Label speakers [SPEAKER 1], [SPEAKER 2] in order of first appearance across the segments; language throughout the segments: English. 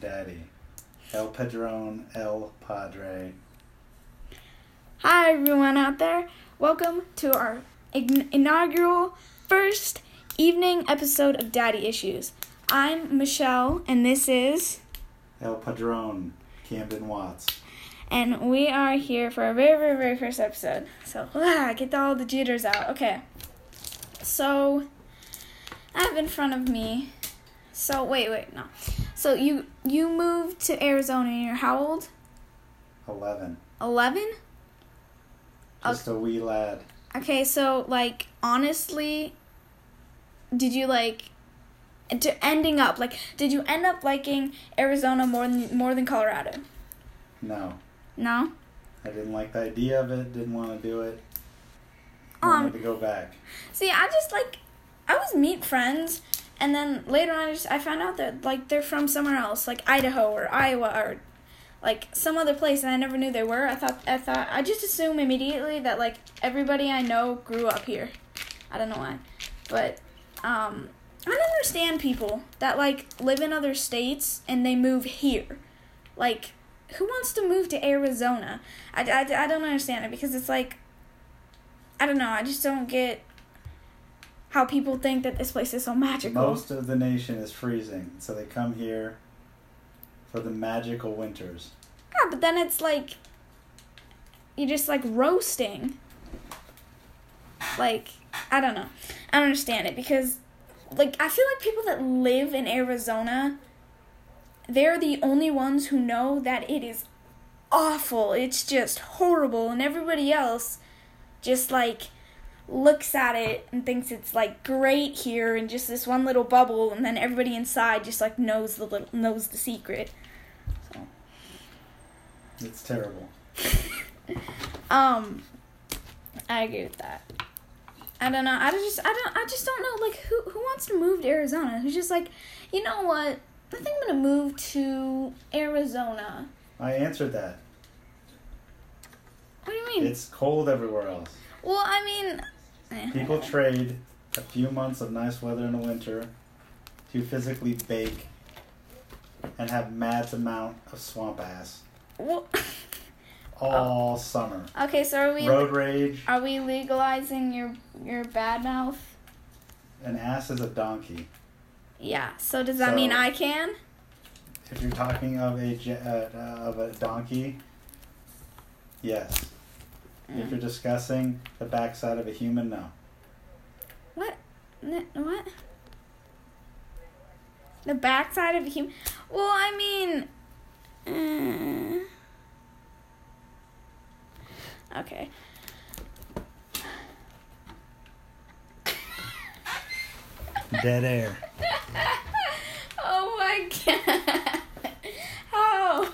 [SPEAKER 1] Daddy, El Padron, El Padre.
[SPEAKER 2] Hi, everyone out there. Welcome to our ign- inaugural first evening episode of Daddy Issues. I'm Michelle, and this is,
[SPEAKER 1] El Padron, Camden Watts.
[SPEAKER 2] and we are here for our very, very, very first episode. So, ah, get all the jitters out. Okay. So, I have in front of me. So wait, wait, no. So you you moved to Arizona. and You're how old?
[SPEAKER 1] 11.
[SPEAKER 2] Eleven.
[SPEAKER 1] Just a wee lad.
[SPEAKER 2] Okay, so like honestly, did you like to ending up like did you end up liking Arizona more than more than Colorado?
[SPEAKER 1] No,
[SPEAKER 2] No.
[SPEAKER 1] I didn't like the idea of it, didn't want to do it. Wanted
[SPEAKER 2] Um.
[SPEAKER 1] to go back.
[SPEAKER 2] See, I just like I was meet friends, and then later on, I just I found out that like they're from somewhere else, like Idaho or Iowa or like some other place, and I never knew they were. I thought I thought I just assume immediately that like everybody I know grew up here. I don't know why, but um, I don't understand people that like live in other states and they move here, like. Who wants to move to Arizona? I, I, I don't understand it because it's like, I don't know. I just don't get how people think that this place is so magical.
[SPEAKER 1] Most of the nation is freezing, so they come here for the magical winters.
[SPEAKER 2] Yeah, but then it's like you're just like roasting. Like I don't know. I don't understand it because like I feel like people that live in Arizona they're the only ones who know that it is awful. It's just horrible and everybody else just like looks at it and thinks it's like great here and just this one little bubble and then everybody inside just like knows the little knows the secret.
[SPEAKER 1] It's terrible.
[SPEAKER 2] Um, I agree with that. I don't know. I just I don't I just don't know like who who wants to move to Arizona? Who's just like, you know what? I think I'm gonna move to Arizona.
[SPEAKER 1] I answered that.
[SPEAKER 2] What do you mean?
[SPEAKER 1] It's cold everywhere else.
[SPEAKER 2] well, I mean, eh,
[SPEAKER 1] People
[SPEAKER 2] whatever.
[SPEAKER 1] trade a few months of nice weather in the winter to physically bake and have mad amount of swamp ass
[SPEAKER 2] Well,
[SPEAKER 1] all summer.
[SPEAKER 2] okay, so are Oh. we
[SPEAKER 1] Road rage
[SPEAKER 2] are we legalizing your your bad mouth?
[SPEAKER 1] and ass is a donkey.
[SPEAKER 2] Yeah. So does that mean
[SPEAKER 1] So-
[SPEAKER 2] I can?
[SPEAKER 1] If you're talking of a ge- uh, uh, of a donkey, yes. If you're discussing the backside of a human, no.
[SPEAKER 2] What? N- What? The backside of a human. Well, I mean. Uh, okay.
[SPEAKER 1] Dead air.
[SPEAKER 2] oh my god. How? How do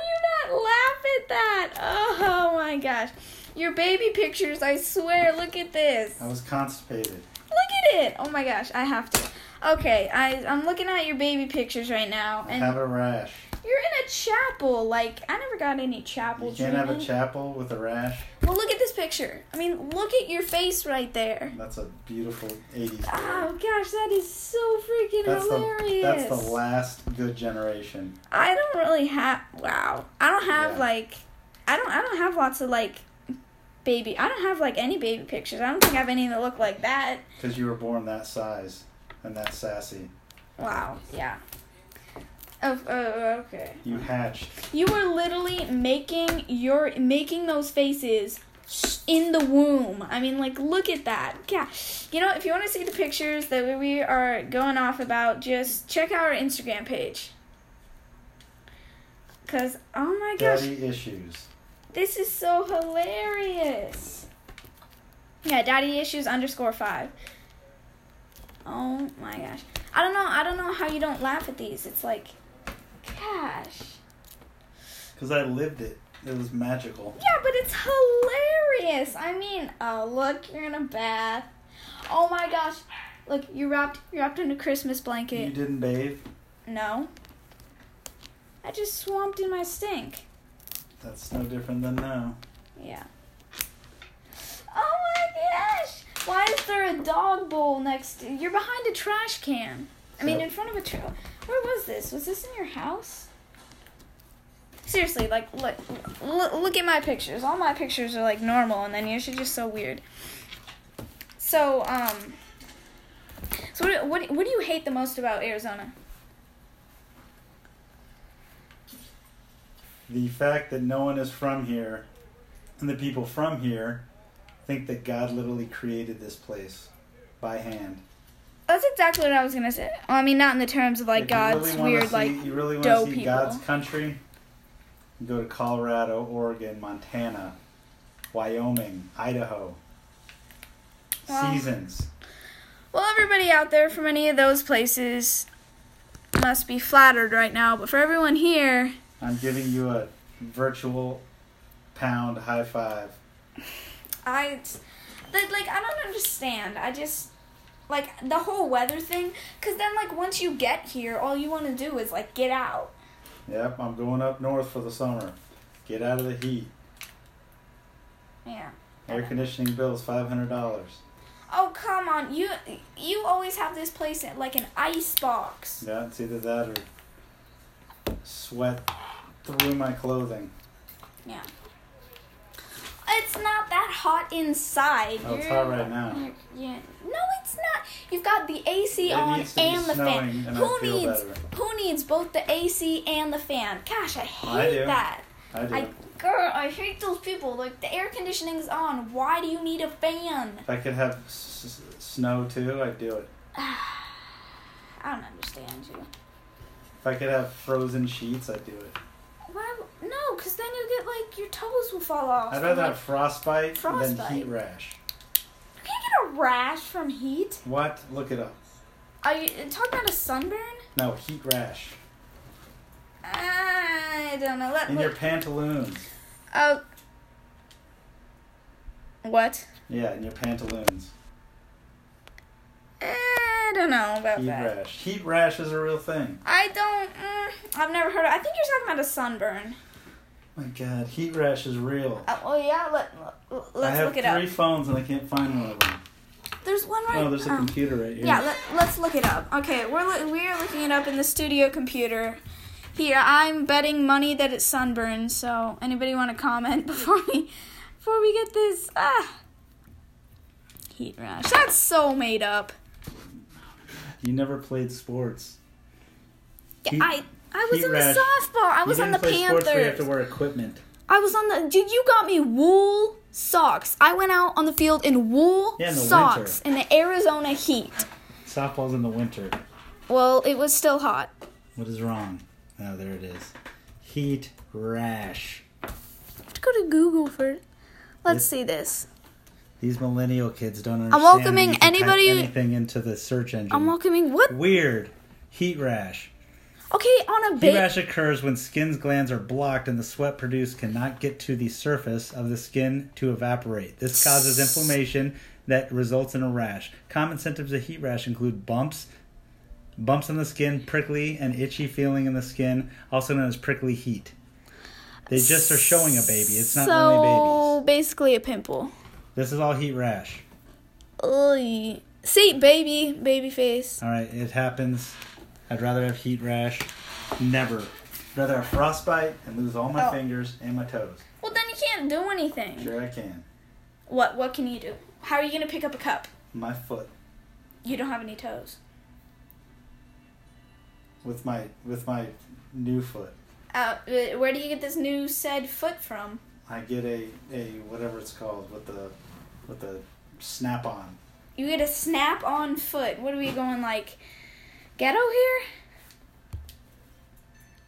[SPEAKER 2] you not laugh at that? Oh my gosh. Your baby pictures, I swear. Look at this.
[SPEAKER 1] I was constipated.
[SPEAKER 2] Look at it. Oh my gosh, I have to. Okay, I, I'm looking at your baby pictures right now.
[SPEAKER 1] I
[SPEAKER 2] And
[SPEAKER 1] have a rash.
[SPEAKER 2] You're in a chapel. Like I never got any chapel
[SPEAKER 1] You can't have a
[SPEAKER 2] training.
[SPEAKER 1] chapel with a rash.
[SPEAKER 2] well, look at this picture. I mean, look at your face right there.
[SPEAKER 1] That's a beautiful 80s. beard.
[SPEAKER 2] Oh gosh, that is so freaking
[SPEAKER 1] That's the that's
[SPEAKER 2] hilarious.
[SPEAKER 1] the last good generation.
[SPEAKER 2] I don't really have. Wow, I don't have
[SPEAKER 1] Yeah.
[SPEAKER 2] like, I don't I don't have lots of like, baby. I don't have like any baby pictures. I don't think I have any that look like that.
[SPEAKER 1] Because you were born that size and that sassy.
[SPEAKER 2] Wow. Yeah. Oh, oh, okay.
[SPEAKER 1] You hatched.
[SPEAKER 2] You were literally making your making those faces in the womb. I mean, like, look at that. Yeah. You know, if you want to see the pictures that we are going off about, just check out our Instagram page. Cause oh my gosh,
[SPEAKER 1] Daddy issues.
[SPEAKER 2] this is so hilarious. Yeah, daddy issues underscore five. Oh my gosh. I don't know. I don't know how you don't laugh at these. It's like, gosh.
[SPEAKER 1] Because I lived it. It was magical.
[SPEAKER 2] Yeah, but it's hilarious. I mean, oh look, you're in a bath. Oh my gosh, look, you're wrapped, you're wrapped in a Christmas
[SPEAKER 1] You
[SPEAKER 2] blanket.
[SPEAKER 1] didn't bathe.
[SPEAKER 2] No, I just swamped in my stink.
[SPEAKER 1] That's no different than now.
[SPEAKER 2] Yeah. Oh my gosh, why is there a dog bowl next? to... You're behind a trash can. I mean,
[SPEAKER 1] Yep.
[SPEAKER 2] in front of a trash. Where was this? Was this in your house? Seriously, like look, look, look at my pictures. All my pictures are like normal, and then yours are just so weird. So um. So what do- what do- what do you hate the most about Arizona?
[SPEAKER 1] The fact that no one is from here, and the people from here, think that God literally created this place by hand.
[SPEAKER 2] That's exactly what I was gonna say. Well, I mean, not in the terms of like
[SPEAKER 1] If you really
[SPEAKER 2] God's
[SPEAKER 1] wanna
[SPEAKER 2] weird,
[SPEAKER 1] see-
[SPEAKER 2] like
[SPEAKER 1] you really want
[SPEAKER 2] dough
[SPEAKER 1] to see
[SPEAKER 2] people.
[SPEAKER 1] God's country. You go to Colorado, Oregon, Montana, Wyoming, Idaho.
[SPEAKER 2] Wow.
[SPEAKER 1] Seasons.
[SPEAKER 2] Well, everybody out there from any of those places must be flattered right now, but for everyone here,
[SPEAKER 1] I'm giving you a virtual pound high five.
[SPEAKER 2] I like, like I don't understand. I just like the whole weather thing cuz then like once you get here, all you want to do is like get out.
[SPEAKER 1] Yep, I'm going up north for the summer. Get out of the heat.
[SPEAKER 2] Yeah.
[SPEAKER 1] Air conditioning bills five hundred dollars.
[SPEAKER 2] Oh, come on. You you always have this place in, like an ice box.
[SPEAKER 1] Yeah, it's either that or sweat through my clothing.
[SPEAKER 2] Yeah. It's not that hot inside.
[SPEAKER 1] Oh, it's
[SPEAKER 2] You're-
[SPEAKER 1] hot right now.
[SPEAKER 2] you're- Yeah. No, it's not. You've got the AC
[SPEAKER 1] It
[SPEAKER 2] on
[SPEAKER 1] needs to be
[SPEAKER 2] and the fan.
[SPEAKER 1] snowing and I
[SPEAKER 2] who
[SPEAKER 1] feel
[SPEAKER 2] needs
[SPEAKER 1] better.
[SPEAKER 2] who needs both the AC and the fan? Gosh, I hate
[SPEAKER 1] I do.
[SPEAKER 2] that.
[SPEAKER 1] I do.
[SPEAKER 2] I girl, I hate those people. Like the air conditioning's on. Why do you need a fan?
[SPEAKER 1] if I could have s- s- snow too, I'd do it.
[SPEAKER 2] I don't understand you.
[SPEAKER 1] If I could have frozen sheets, I'd do it.
[SPEAKER 2] Why? No, because then you get like your toes will fall off.
[SPEAKER 1] I'd rather
[SPEAKER 2] Like,
[SPEAKER 1] have frostbite, than
[SPEAKER 2] Frostbite.
[SPEAKER 1] heat rash.
[SPEAKER 2] you can't get a rash from heat.
[SPEAKER 1] What? Look it up.
[SPEAKER 2] Are you talking about a sunburn?
[SPEAKER 1] No, heat rash.
[SPEAKER 2] I don't know. Let,
[SPEAKER 1] In your
[SPEAKER 2] let,
[SPEAKER 1] pantaloons.
[SPEAKER 2] uh, what?
[SPEAKER 1] Yeah, in your pantaloons.
[SPEAKER 2] Eh, I don't know about
[SPEAKER 1] Heat
[SPEAKER 2] that.
[SPEAKER 1] rash. Heat rash is a real thing.
[SPEAKER 2] I don't. Mm, I've never heard. Of, I think you're talking about a sunburn.
[SPEAKER 1] My God, heat rash is real.
[SPEAKER 2] Uh, well, yeah. Let, let,
[SPEAKER 1] I
[SPEAKER 2] let's
[SPEAKER 1] have
[SPEAKER 2] look it
[SPEAKER 1] three
[SPEAKER 2] up.
[SPEAKER 1] phones and I can't find one of them.
[SPEAKER 2] There's one right.
[SPEAKER 1] Oh, there's a
[SPEAKER 2] oh.
[SPEAKER 1] computer right here.
[SPEAKER 2] Yeah. Let, let's look it up. Okay, we're loo- we're looking it up in the studio computer. Here, I'm betting money that it's sunburn. So, anybody want to comment before we before we get this ah heat rash? That's so made up.
[SPEAKER 1] You never played sports.
[SPEAKER 2] Yeah,
[SPEAKER 1] Heat-
[SPEAKER 2] I I was
[SPEAKER 1] heat
[SPEAKER 2] on
[SPEAKER 1] rash.
[SPEAKER 2] the softball. I
[SPEAKER 1] You
[SPEAKER 2] was on
[SPEAKER 1] didn't
[SPEAKER 2] the
[SPEAKER 1] play sports where you have to
[SPEAKER 2] Panthers.
[SPEAKER 1] wear equipment.
[SPEAKER 2] I was on the dude. You got me wool socks. I went out on the field in wool
[SPEAKER 1] Yeah, in the
[SPEAKER 2] socks in the Arizona heat.
[SPEAKER 1] Softball's in the winter.
[SPEAKER 2] Well, it was still hot.
[SPEAKER 1] What is wrong? Oh, there it is. Heat rash.
[SPEAKER 2] Let's go to Google for. Let's
[SPEAKER 1] Yep.
[SPEAKER 2] see this.
[SPEAKER 1] These millennial kids don't understand. that
[SPEAKER 2] welcoming
[SPEAKER 1] you can type
[SPEAKER 2] anybody-
[SPEAKER 1] anything into the search engine.
[SPEAKER 2] I'm welcoming what?
[SPEAKER 1] Weird. Heat rash.
[SPEAKER 2] Okay, on a
[SPEAKER 1] Heat
[SPEAKER 2] bit.
[SPEAKER 1] rash occurs when skin's glands are blocked and the sweat produced cannot get to the surface of the skin to evaporate. This causes inflammation that results in a rash. Common symptoms of heat rash include bumps, bumps on the skin, prickly and itchy feeling in the skin, also known as prickly heat. They just are showing a baby. It's not
[SPEAKER 2] so
[SPEAKER 1] only babies.
[SPEAKER 2] basically a pimple.
[SPEAKER 1] This is all heat rash.
[SPEAKER 2] Oy. See, baby, baby face.
[SPEAKER 1] All right, it happens. I'd rather have heat rash. Never. rather have frostbite and lose all my
[SPEAKER 2] Oh.
[SPEAKER 1] fingers and my toes.
[SPEAKER 2] Well, then you can't do anything.
[SPEAKER 1] Sure, I can.
[SPEAKER 2] What? What can you do? How are you gonna pick up a cup?
[SPEAKER 1] My foot
[SPEAKER 2] You don't have any toes.
[SPEAKER 1] with my with my new foot.
[SPEAKER 2] Uh, uh, where do you get this new said foot from?
[SPEAKER 1] I get a a whatever it's called with the with the snap on.
[SPEAKER 2] You get a snap on foot. What are we going like ghetto here?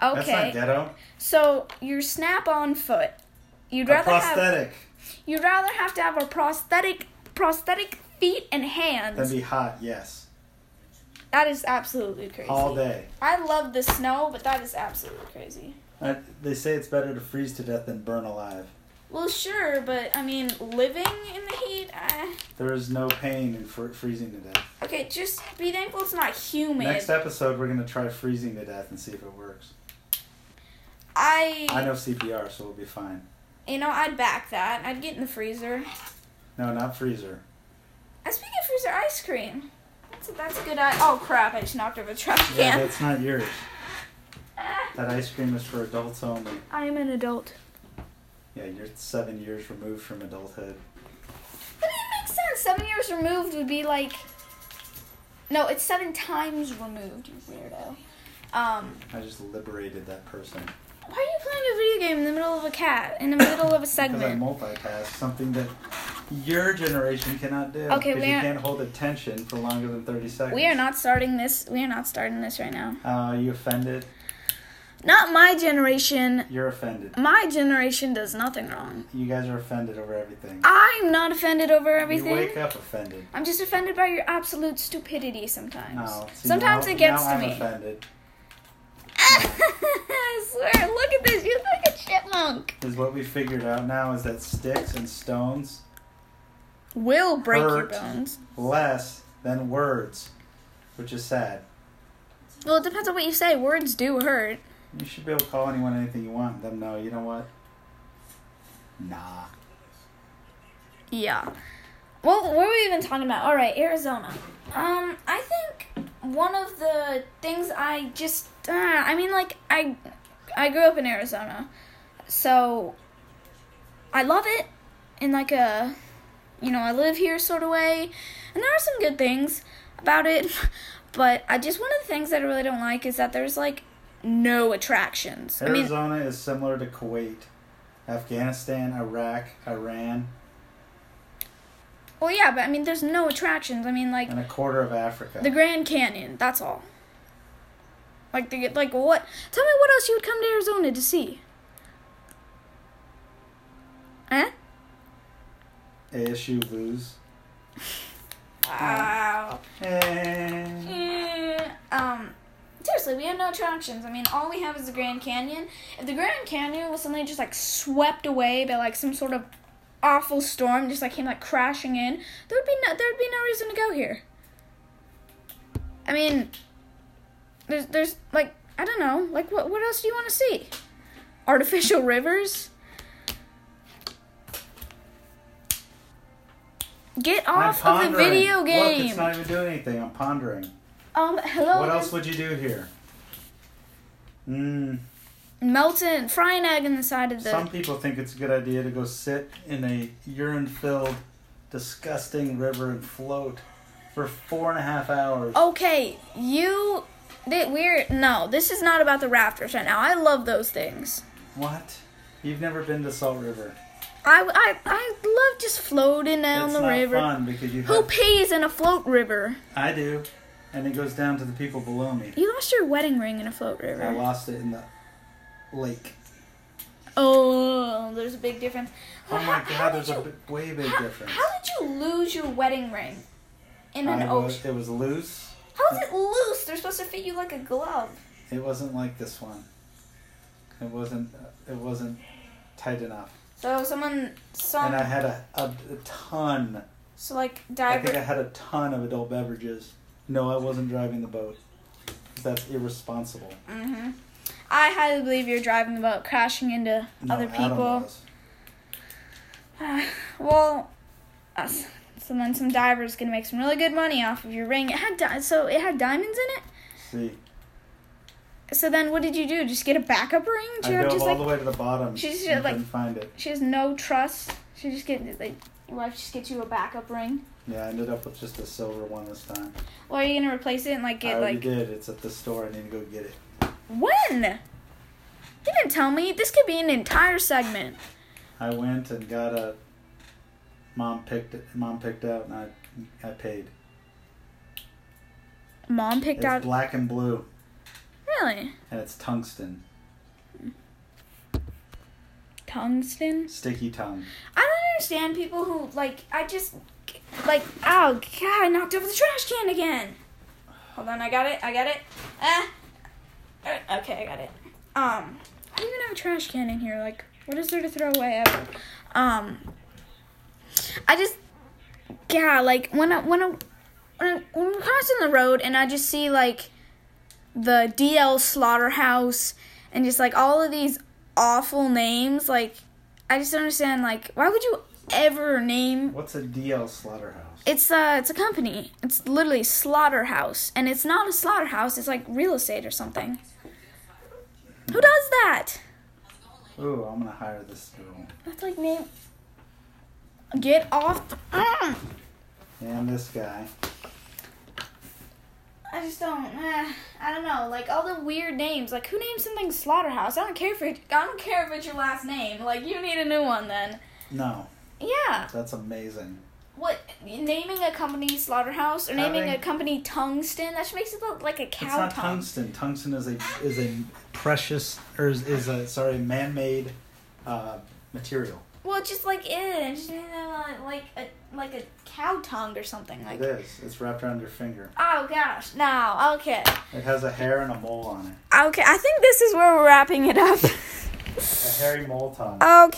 [SPEAKER 1] That's not
[SPEAKER 2] Okay.
[SPEAKER 1] ghetto.
[SPEAKER 2] So your snap on foot. You'd
[SPEAKER 1] A
[SPEAKER 2] rather have
[SPEAKER 1] prosthetic.
[SPEAKER 2] you'd rather have to have a prosthetic prosthetic feet and hands.
[SPEAKER 1] That'd be hot. Yes,
[SPEAKER 2] that is absolutely crazy.
[SPEAKER 1] all day.
[SPEAKER 2] I love the snow, but that is absolutely crazy.
[SPEAKER 1] I, Uh, they say it's better to freeze to death than burn alive.
[SPEAKER 2] Well, sure, but I mean, living in the heat. I...
[SPEAKER 1] There is no pain in fr- freezing to death.
[SPEAKER 2] Okay, just be thankful it's not humid.
[SPEAKER 1] Next episode, we're gonna try freezing to death and see if it works. I
[SPEAKER 2] I
[SPEAKER 1] know CPR, so we'll be fine.
[SPEAKER 2] you know I'd back that. I'd get in the freezer.
[SPEAKER 1] No, not freezer.
[SPEAKER 2] I speak of freezer ice cream. That's that's that's a good. i oh crap! I just knocked over the trash
[SPEAKER 1] Yeah,
[SPEAKER 2] can.
[SPEAKER 1] that's not yours.
[SPEAKER 2] Ah,
[SPEAKER 1] That ice cream is for adults only.
[SPEAKER 2] I am an adult.
[SPEAKER 1] Yeah, you're seven years removed from adulthood.
[SPEAKER 2] But it makes sense. Seven years removed would be like. No, it's seven times removed, you weirdo. Um,
[SPEAKER 1] I just liberated that person.
[SPEAKER 2] why are you playing a video game in the middle of a cat? In the middle of a
[SPEAKER 1] Because I
[SPEAKER 2] segment?
[SPEAKER 1] multitask, something that your generation cannot do.
[SPEAKER 2] Okay,
[SPEAKER 1] 'cause
[SPEAKER 2] we
[SPEAKER 1] you
[SPEAKER 2] are-
[SPEAKER 1] can't hold attention for longer than 30 seconds.
[SPEAKER 2] We are not starting this. We are not starting this right now.
[SPEAKER 1] Uh, are you offended?
[SPEAKER 2] Not my generation.
[SPEAKER 1] You're offended.
[SPEAKER 2] My generation does nothing wrong.
[SPEAKER 1] You guys are offended over everything.
[SPEAKER 2] I'm not offended over
[SPEAKER 1] You
[SPEAKER 2] everything.
[SPEAKER 1] wake up offended.
[SPEAKER 2] I'm just offended by your absolute stupidity sometimes.
[SPEAKER 1] No. see,
[SPEAKER 2] sometimes
[SPEAKER 1] now-
[SPEAKER 2] it gets
[SPEAKER 1] now
[SPEAKER 2] to
[SPEAKER 1] I'm
[SPEAKER 2] me.
[SPEAKER 1] offended.
[SPEAKER 2] I swear, look at this. You look like a chipmunk.
[SPEAKER 1] Because what we figured out now is that sticks and stones
[SPEAKER 2] Will break your
[SPEAKER 1] Hurt.
[SPEAKER 2] bones.
[SPEAKER 1] less than words, which is sad.
[SPEAKER 2] Well, it depends on what you say. Words do hurt.
[SPEAKER 1] You should be able to call anyone anything you want. and Them know, you know what? Nah.
[SPEAKER 2] Yeah. Well, what were we even talking about? All right, Arizona. Um, I think one of the things I just, uh, I mean, like I, I grew up in Arizona, so I love it in like a, you know, I live here sort of way, and there are some good things about it, but I just one of the things that I really don't like is that there's like no attractions. I mean,
[SPEAKER 1] Arizona is similar to Kuwait, Afghanistan, Iraq, Iran,
[SPEAKER 2] well, yeah, but I mean, there's no attractions. I mean, like
[SPEAKER 1] and a quarter of Africa.
[SPEAKER 2] The Grand Canyon. That's all. Like the like what? Tell me what else you would come to Arizona to see. Huh?
[SPEAKER 1] ASU lose.
[SPEAKER 2] Wow.
[SPEAKER 1] Eh.
[SPEAKER 2] Mm, um. Seriously, we have no attractions. I mean, all we have is the Grand Canyon. If the Grand Canyon was suddenly just like swept away by like some sort of awful storm, just like came like crashing in, there would be no there would be no reason to go here. I mean, there's there's like I don't know, like what what else do you want to see? Artificial rivers. Get
[SPEAKER 1] I'm
[SPEAKER 2] off of the
[SPEAKER 1] pondering.
[SPEAKER 2] video
[SPEAKER 1] Look,
[SPEAKER 2] game.
[SPEAKER 1] it's not even doing anything. I'm pondering.
[SPEAKER 2] um, hello.
[SPEAKER 1] What
[SPEAKER 2] there's-
[SPEAKER 1] else would you do here? Mm,
[SPEAKER 2] Melton, fry an egg in the side of the.
[SPEAKER 1] some people think it's a good idea to go sit in a urine-filled, disgusting river and float for four and a half hours.
[SPEAKER 2] okay, you. That we're no. This is not about the rafters right now. I love those things.
[SPEAKER 1] What? You've never been to Salt River.
[SPEAKER 2] I, I, I love just floating down
[SPEAKER 1] it's
[SPEAKER 2] the
[SPEAKER 1] not
[SPEAKER 2] river.
[SPEAKER 1] fun because you
[SPEAKER 2] Who
[SPEAKER 1] have
[SPEAKER 2] pays in a float river?
[SPEAKER 1] I do. And it goes down to the people below me.
[SPEAKER 2] You lost your wedding ring in a float
[SPEAKER 1] I
[SPEAKER 2] river.
[SPEAKER 1] lost it in the lake.
[SPEAKER 2] Oh, there's a big difference.
[SPEAKER 1] Oh my
[SPEAKER 2] How- how
[SPEAKER 1] god, there's
[SPEAKER 2] did
[SPEAKER 1] a
[SPEAKER 2] you-
[SPEAKER 1] b- way big
[SPEAKER 2] how,
[SPEAKER 1] difference.
[SPEAKER 2] How did you lose your wedding ring in an
[SPEAKER 1] I was,
[SPEAKER 2] ocean?
[SPEAKER 1] it was loose.
[SPEAKER 2] How is it loose? They're supposed to fit you like a glove.
[SPEAKER 1] It wasn't like this one. It wasn't uh, it wasn't tight enough.
[SPEAKER 2] So someone, some,
[SPEAKER 1] And I had a, a, a ton.
[SPEAKER 2] so like
[SPEAKER 1] I
[SPEAKER 2] diver.
[SPEAKER 1] think I had a ton of adult beverages. No, I wasn't driving the boat. That's irresponsible.
[SPEAKER 2] hmm I highly believe you're driving the boat, crashing into
[SPEAKER 1] No,
[SPEAKER 2] other
[SPEAKER 1] Adam
[SPEAKER 2] people.
[SPEAKER 1] was.
[SPEAKER 2] well, us. So then some diver's gonna make some really good money off of your ring. It had di- so it had diamonds in
[SPEAKER 1] See,
[SPEAKER 2] it. So then what did you do? Just get a backup ring?
[SPEAKER 1] I
[SPEAKER 2] She
[SPEAKER 1] drove
[SPEAKER 2] just
[SPEAKER 1] all
[SPEAKER 2] like
[SPEAKER 1] the way to the bottom.
[SPEAKER 2] She just,
[SPEAKER 1] and
[SPEAKER 2] like-
[SPEAKER 1] couldn't find it.
[SPEAKER 2] she has no trust. She just get like your wife just gets you a backup ring.
[SPEAKER 1] Yeah, I ended up with just a silver one this time.
[SPEAKER 2] Or are you gonna replace it and like
[SPEAKER 1] I
[SPEAKER 2] get
[SPEAKER 1] already
[SPEAKER 2] like
[SPEAKER 1] did. It's at the store. I need to go get it.
[SPEAKER 2] when? You didn't tell me. This could be an entire segment.
[SPEAKER 1] I went and got a. Mom picked it. Mom picked out, and I, I paid.
[SPEAKER 2] Mom picked
[SPEAKER 1] It's
[SPEAKER 2] out
[SPEAKER 1] black and blue,
[SPEAKER 2] really
[SPEAKER 1] and it's tungsten,
[SPEAKER 2] tungsten.
[SPEAKER 1] sticky tongue.
[SPEAKER 2] I don't understand people who like. I just like. Oh God! I knocked over the trash can again. Hold on, I got it. I got it. Ah. Uh, Okay, I got it. Um, I don't even have a trash can in here. Like, what is there to throw away ever? Um, I just. Yeah, like when I when I when, I, when I'm crossing the road and I just see like the DL slaughterhouse and just like all of these awful names like I just don't understand. Like, why would you ever name.
[SPEAKER 1] What's a DL slaughterhouse?
[SPEAKER 2] It's a it's a company. It's literally slaughterhouse, and it's not a slaughterhouse. It's like real estate or something. Who does that?
[SPEAKER 1] Ooh, I'm gonna hire this girl.
[SPEAKER 2] That's like name. Get off. the- Mm.
[SPEAKER 1] And this guy.
[SPEAKER 2] I just don't. eh, I don't know. Like all the weird names. Like who names something slaughterhouse? I don't care if it. I don't care if it's your last name. Like you need a new one then.
[SPEAKER 1] No,
[SPEAKER 2] Yeah.
[SPEAKER 1] that's amazing.
[SPEAKER 2] What naming a company slaughterhouse or naming
[SPEAKER 1] Having-
[SPEAKER 2] a company tungsten? That makes it look like a
[SPEAKER 1] It's
[SPEAKER 2] cow
[SPEAKER 1] not
[SPEAKER 2] tongue.
[SPEAKER 1] tungsten. Tungsten is a is a precious or is, is a sorry man made uh, material.
[SPEAKER 2] Well, it's just like it. Just name them uh, like a like a cow tongue or something like.
[SPEAKER 1] It is. It's wrapped around your finger.
[SPEAKER 2] Oh gosh, no. Okay.
[SPEAKER 1] It has a hair and a mole on it.
[SPEAKER 2] Okay. I think this is where we're wrapping it up. Oh
[SPEAKER 1] A hairy mole tongue.
[SPEAKER 2] okay.